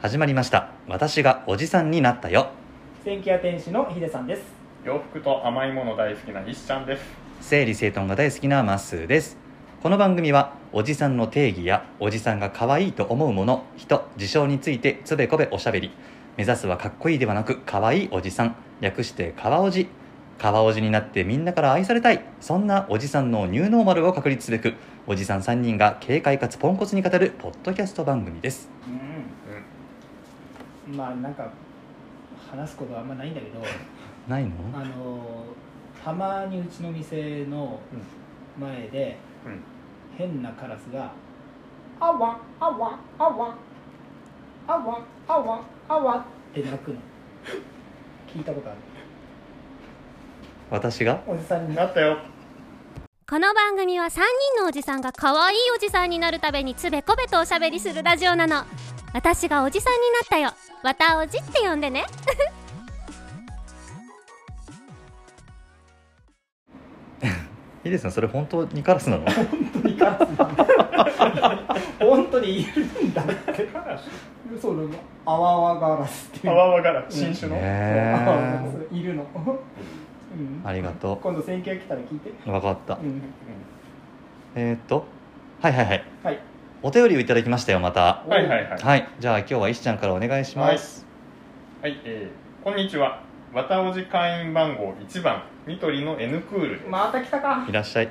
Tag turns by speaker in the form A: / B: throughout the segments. A: 始まりました私がおじさんになったよ
B: 電気屋店主のヒデさんです
C: 洋服と甘いもの大好きな石ちゃんです
A: 整理整頓が大好きなマッスーですこの番組はおじさんの定義やおじさんが可愛いと思うもの人事象についてつべこべおしゃべり目指すはかっこいいではなく可愛いおじさん略してかわおじかわおじになってみんなから愛されたいそんなおじさんのニューノーマルを確立すべくおじさん3人が軽快かつポンコツに語るポッドキャスト番組です
B: う
C: うん
B: んまあなんか話すことはあんまないんだけど
A: ないの
B: あのたまにうちの店の前で
C: うん
B: 変なカラスが「あわあわあわあわあわあわ」って鳴くの聞いたことある
A: 私が
B: おじさんに
C: なったよ
D: この番組は3人のおじさんが可愛いおじさんになるためにつべこべとおしゃべりするラジオなの私がおじさんになったよわたおじって呼んでね
A: ヒデさんそれ本当にカラスなの
B: 本当にカラスなんだ本当にいるんだってそうなのあわあわガラスってい
C: あ
B: う
C: わわから新種の、
A: ね
B: あ
A: え
B: いるの、うん
A: ありがと
B: 今度選挙来たら聞いて、
A: う分かった
B: うん、
A: えー、っとはいはいはい
B: はい
A: お便りをいただきましたよまた
C: うんはいはいはい
A: はいじゃあ今日は石ちゃんからお願いします
C: はい、えー、こんにちはわたおじ会員番号1番ニトリの N クールです
B: また来たか
A: い、らっしゃい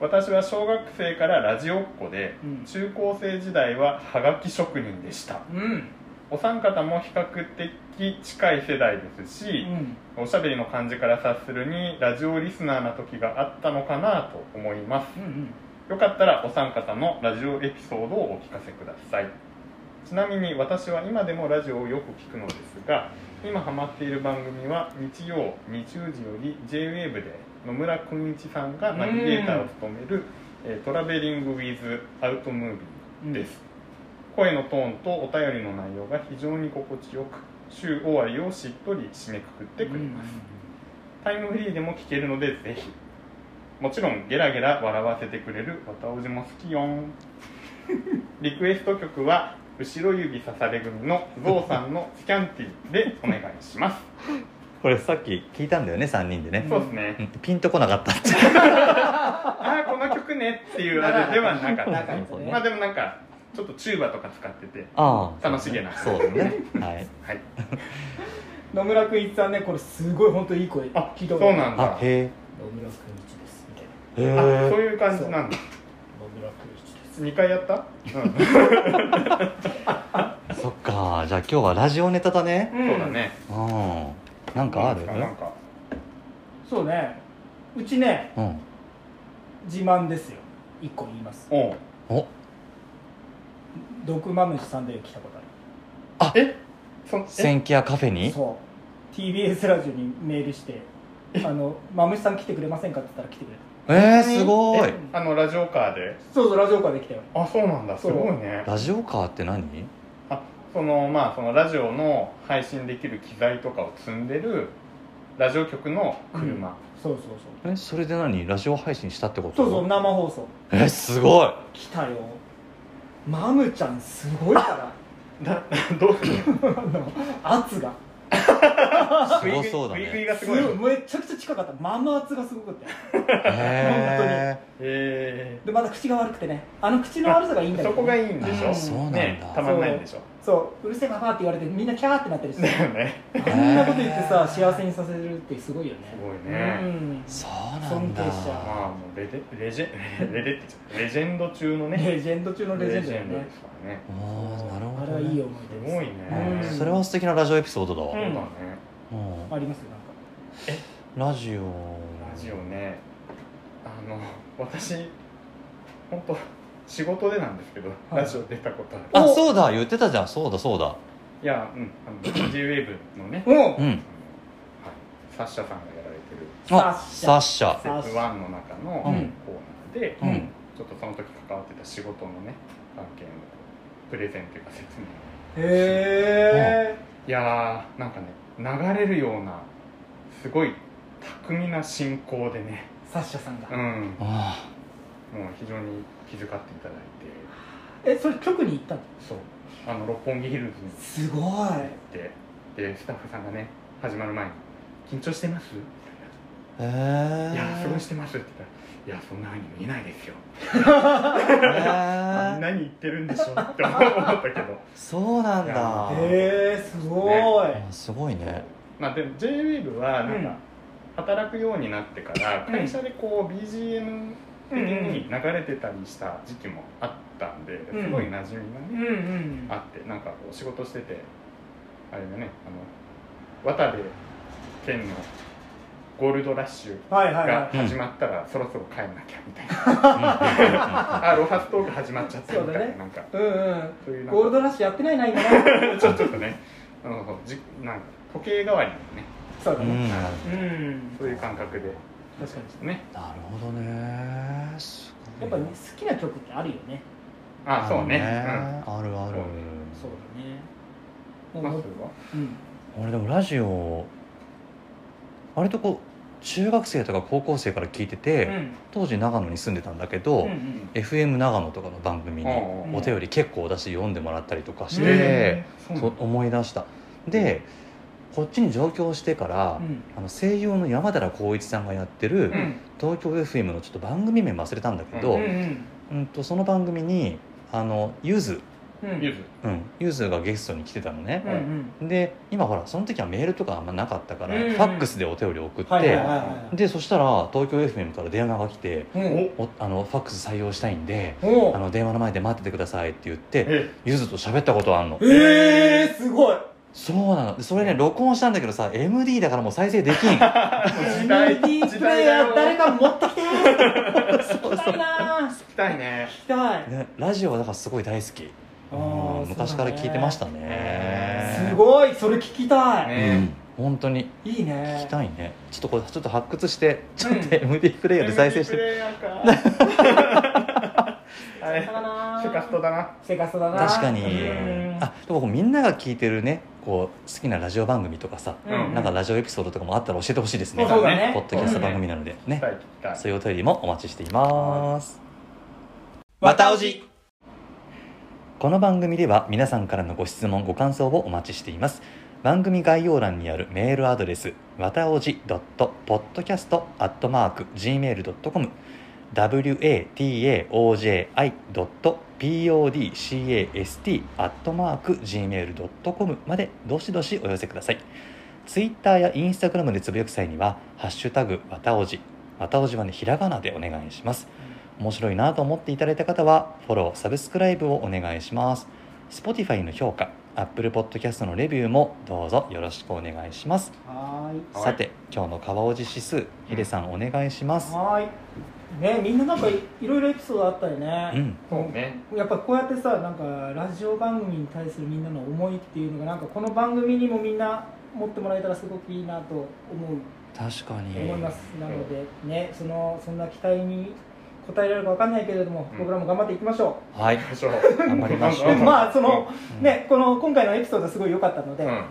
C: 私は小学生からラジオっ子で
B: うん
C: 中高生時代ははがき職人でした
B: うん、
C: お三方も比較的近い世代です
B: う
C: し、
B: ん、
C: おしゃべりの感じから察するにラジオリスナーな時があったのかなと思います
B: うんうん
C: よかったらお三方のラジオエピソードをお聞かせくださいちなみに私は今でもラジオをよく聞くのですが今ハマっている番組は日曜20時より JWAVE で野村君一さんがナビゲーターを務める「えートラベリング・ウィズ・アウト・ムービ
B: うん
C: ー」です、声のトーンとお便りの内容が非常に心地よく週終わりをしっとり締めくくってくれます、タイムフリーでも聴けるのでぜひもちろんゲラゲラ笑わせてくれるわたおじも好きよ んリクエスト曲は後ろ指刺され組のゾウさんの「スキャンティ」でお願いします
A: これさっき聞いたんだよね3人でね、
C: そうですね
A: うんピンとこなかったって
C: ああこの曲ねっていうあれではなか
B: な
C: っ
B: かった
C: た
B: ね
C: まあでもなんかちょっとチューバとか使ってて
A: ああ
C: 楽しげな
A: そうだね はい
C: はい
B: 野村君一さんねこれすごい本当いい声
C: あ
B: 聞いた
C: そう
B: こと
C: な
B: ある
C: ん
A: あ
C: だ
A: へ
B: 野村君一ですみたいな
A: えへ
C: あそう
A: え
C: いう感じなんだ
B: 野村君一です
C: 2回やった、うん、
A: そっかじゃあ今日はラジオネタだね
C: そうだね
A: うんなんかある
C: なんか
B: そうねうちね
A: うん
B: 自慢ですよ一個言います
C: おう
A: お
B: 毒まむしさんで来たことある
C: えそえ
A: 千キ屋カフェに
B: そう TBS ラジオにメールして「あのまむしさん来てくれませんか?」って言ったら来てくれた
A: えー、すごい
C: えあのラジオカーで
B: そうそうラジオからできたよ
C: あそうなんだす
B: そう
C: ごいね
A: ラジオカーって何
C: あそのまあそのラジオの配信できる機材とかを積んでるラジオ局の車、
B: そうそうそう
A: えそれで何ラジオ配信したってこと
B: そうそう生放送
A: えすご い
B: 来たよマムちゃんすごい から
C: だどうする
B: あの圧が
A: すごそうだね
C: 食い食いがす
B: す
C: ご
B: ご
C: い
B: いめちゃくちゃ近かったママ圧がすごかったよ
A: へ
C: え
B: でまた口が悪くてねあの口の悪さがいいん
C: ー、
B: だよ
C: そこがいいんでしょ、
B: あ
A: そうなんだ
C: ねたまんないんでしょ
B: そううるせえパパって言われてみんなキャーってなったりして
C: だよ ね
B: こんなこと言ってさ幸せにさせるってすごいよね
C: すごい
B: ねう
C: ね、
B: ん
A: ーそうなんだ
B: 尊敬しちゃう
C: まあもうレジェレジェレジェって言っちゃうレジェンド中のね
B: レジェンド中のレジェンドだよ
C: レジェ
B: ね
C: ですからね
A: あーなるほど、ね、
B: あれはいい思い出です
C: すごいね、
B: うん
A: それは素敵なラジオエピソードだ
C: そ
A: わ
C: うだね、
A: うん
B: ありますよなんか
A: ラジオ
C: ラジオねあの私本当仕事でなんですけど、
B: はい
C: ラジオ出たことある
A: あ
B: お
A: そうだ言ってたじゃんそうだそうだ
C: いや、うん、あの J-WAVE のね、
B: お
A: う
B: うん
C: はい、サッシャさんがやられてる
A: あサ
B: サ
A: ッシャ
B: サッシャ
C: 「ワンの中のコ
A: うん
C: ーナーで、
A: うん
C: ちょっとその時関わってた仕事のね案件をプレゼンというか説明
B: へ
C: いやーなんかね流れるようなすごい巧みな進行でね、
B: えサッシャさんが
C: うん、
A: あ
C: もう非常に気遣っていただいて
B: えそれ局に行ったの
C: そうあの六本木ヒルズ
B: す
C: に
B: ごい
C: 行ってでスタッフさんがね始まる前に「緊張してます?」
A: へ
C: い
A: え
C: や、過ごしてますって言ったら、いや、そんな風に見えないですよ。
A: へえ
C: 何言ってるんでしょうって思ったけど。
A: そうなんだ
C: い
B: へえすごい、
A: あすごいね
C: まあ、でも JWAVE は、なんか、働くようになってから、
B: うん
C: 会社でこう、BGM 的
B: う
C: に流れてたりした時期もあったんで、
B: ん
C: すごい馴染みが
B: う
C: ね、
B: んうん
C: あって、なんかこう、仕事してて、あれだね、あの、渡部県のゴールドラッシュ
B: はいはい
C: が
B: は
C: 始まったら、そろそろ帰んなきゃみたいな。
A: あ
C: あ、ロハストーク始まっちゃった
B: そ
C: みたいな、
B: うだね
C: なんか、
B: いうん
C: そういう
B: うん
C: なん
B: ゴー
C: か
B: ルドラッシュやってないな今な
C: ちょちょっとね、あのじなんか時計代わりのね、
B: そうだ
A: う
B: ね
A: んなる
B: うん
C: そういう感覚で
B: 確かに
C: ね。
A: ほどねす
B: やっ
A: ごい
B: ぱ、ね、好きな曲ってあるよね
C: あそうね。
A: あるある
B: そうだね
C: う
B: も
C: ん。
B: う
C: まあ
B: も
C: そうれは
B: うん
A: 俺でもラジオ割とこう中学生とか高校生から聞いてて、
B: うん
A: 当時長野に住んでたんだけど、
B: うんうん
A: FM 長野とかの番組に
C: うん
A: お便り結構出して読んでもらったりとかして、
B: へ
C: うん
A: そう思い出したでこっちに上京してから、
B: うん
A: あの声優の山寺宏一さんがやってる、
C: うん
A: 東京 FM のちょっと番組名忘れたんだけど、
B: う
A: うんんとその番組にあのゆず、
B: うんうん
C: ゆず。
A: うん、ゆずがゲストに来てたのね
B: う、ん
A: で今ほらその時はメールとかあんまなかったから、
B: うん
A: ファックスでお便り送って、
B: はいはいはいはい
A: でそしたら東京 FM から電話が来て
B: う
C: お
B: ん、
A: おあのファックス採用したいんで
B: お
A: あの電話の前で待っててくださいって言って
C: え、
A: ゆずと喋ったことあんの
B: ええー、すごい
A: そうなのでそれね録音したんだけどさ MD だからもう再生できん
C: 時代
B: MD プレイヤー誰か持ってきて聞きたいな聞
C: 聞きたいね。
B: きたい
A: ねラジオはだからすごい大好き
B: あー
A: うん昔から聞いてました
C: へ
A: ね
B: すごいそれ聞きたい
A: うん
C: ね
A: 本当に
B: い
A: 聞き
B: いね
A: たいねちょっとこれちょっと発掘してちょっ
B: うん
A: と MD プレイヤーで再 生して
C: プ
A: る、
C: レイヤーか。あれ、
B: だな
C: セカストだな。
B: セカストだな
A: 確かに
B: うん
A: あでもこうみんなが聞いてるねこう好きなラジオ番組とかさ、
B: うん
A: なんかラジオエピソードとかもあったら教えてほしいですね
B: そうだね
A: ポッドキャスト番組なのでね
C: 聞きたい聞きたい。
A: そういうお便りもお待ちしています。わたおじこの番組では皆さんからのご質問、ご感想をお待ちしています。番組概要欄にあるメールアドレス、わたおじ .podcast.gmail.com wataoji.podcast.gmail.com までどしどしお寄せください。ツイッターやインスタグラムでつぶやく際には、ハッシュタグわたおじ、またおじはねひらがなでお願いします面白いなと思っていただいた方はフォローサブスクライブをお願いします Spotify の評価 Apple Podcast のレビューもどうぞよろしくお願いします、
B: はーい
C: はい
A: さて今日の川おじ指数ヒデさんお願いします
B: はーいねみんななんかいいろいろエピソードあったよ
A: う
B: ね
A: ん
C: そうね。
B: やっぱこうやってさなんかラジオ番組に対するみんなの思いっていうのがなんかこの番組にもみんな持ってもらえたらすごくいいなと思う
A: 確かに
B: 思います、なのでねそのそんな期待に応えられるかわかんないけれども、
C: うん
B: 僕らも頑張っていきましょ
A: はい
C: 行きましょう
A: 頑張りましょう
B: う、まあその、、
A: うん
B: ねこの今回のエピソードすごい良かったので、
C: うんうん
A: うん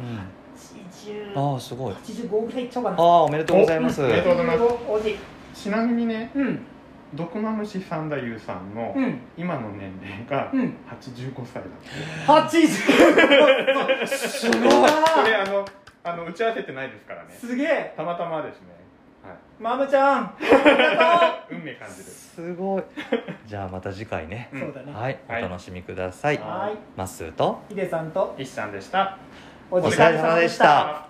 B: 80
A: ああすごいあ
B: 85ぐらいいっちゃおうかな
A: あおめでとうございます
C: おありがとうございます
B: 85おじ
C: ちなみにね、
B: うん
C: 毒マムシ三太夫さんの
B: うん
C: 今の年齢が
B: うん
C: 85歳だって。
B: 85
A: すごい
C: これあのあの打ち合わせてないですからね。
B: すげえ
C: たまたまですね。はい。
B: マムちゃんありが
C: 運命感じる。
A: すごいじゃあまた次回ね
B: とうそうだね
A: はいお
C: はい
A: 楽しみください
B: は
A: まっすーと
B: いヒデさんと
C: 一さんでした。
B: お
A: お疲
B: じ
A: れ
B: さん
A: 様でした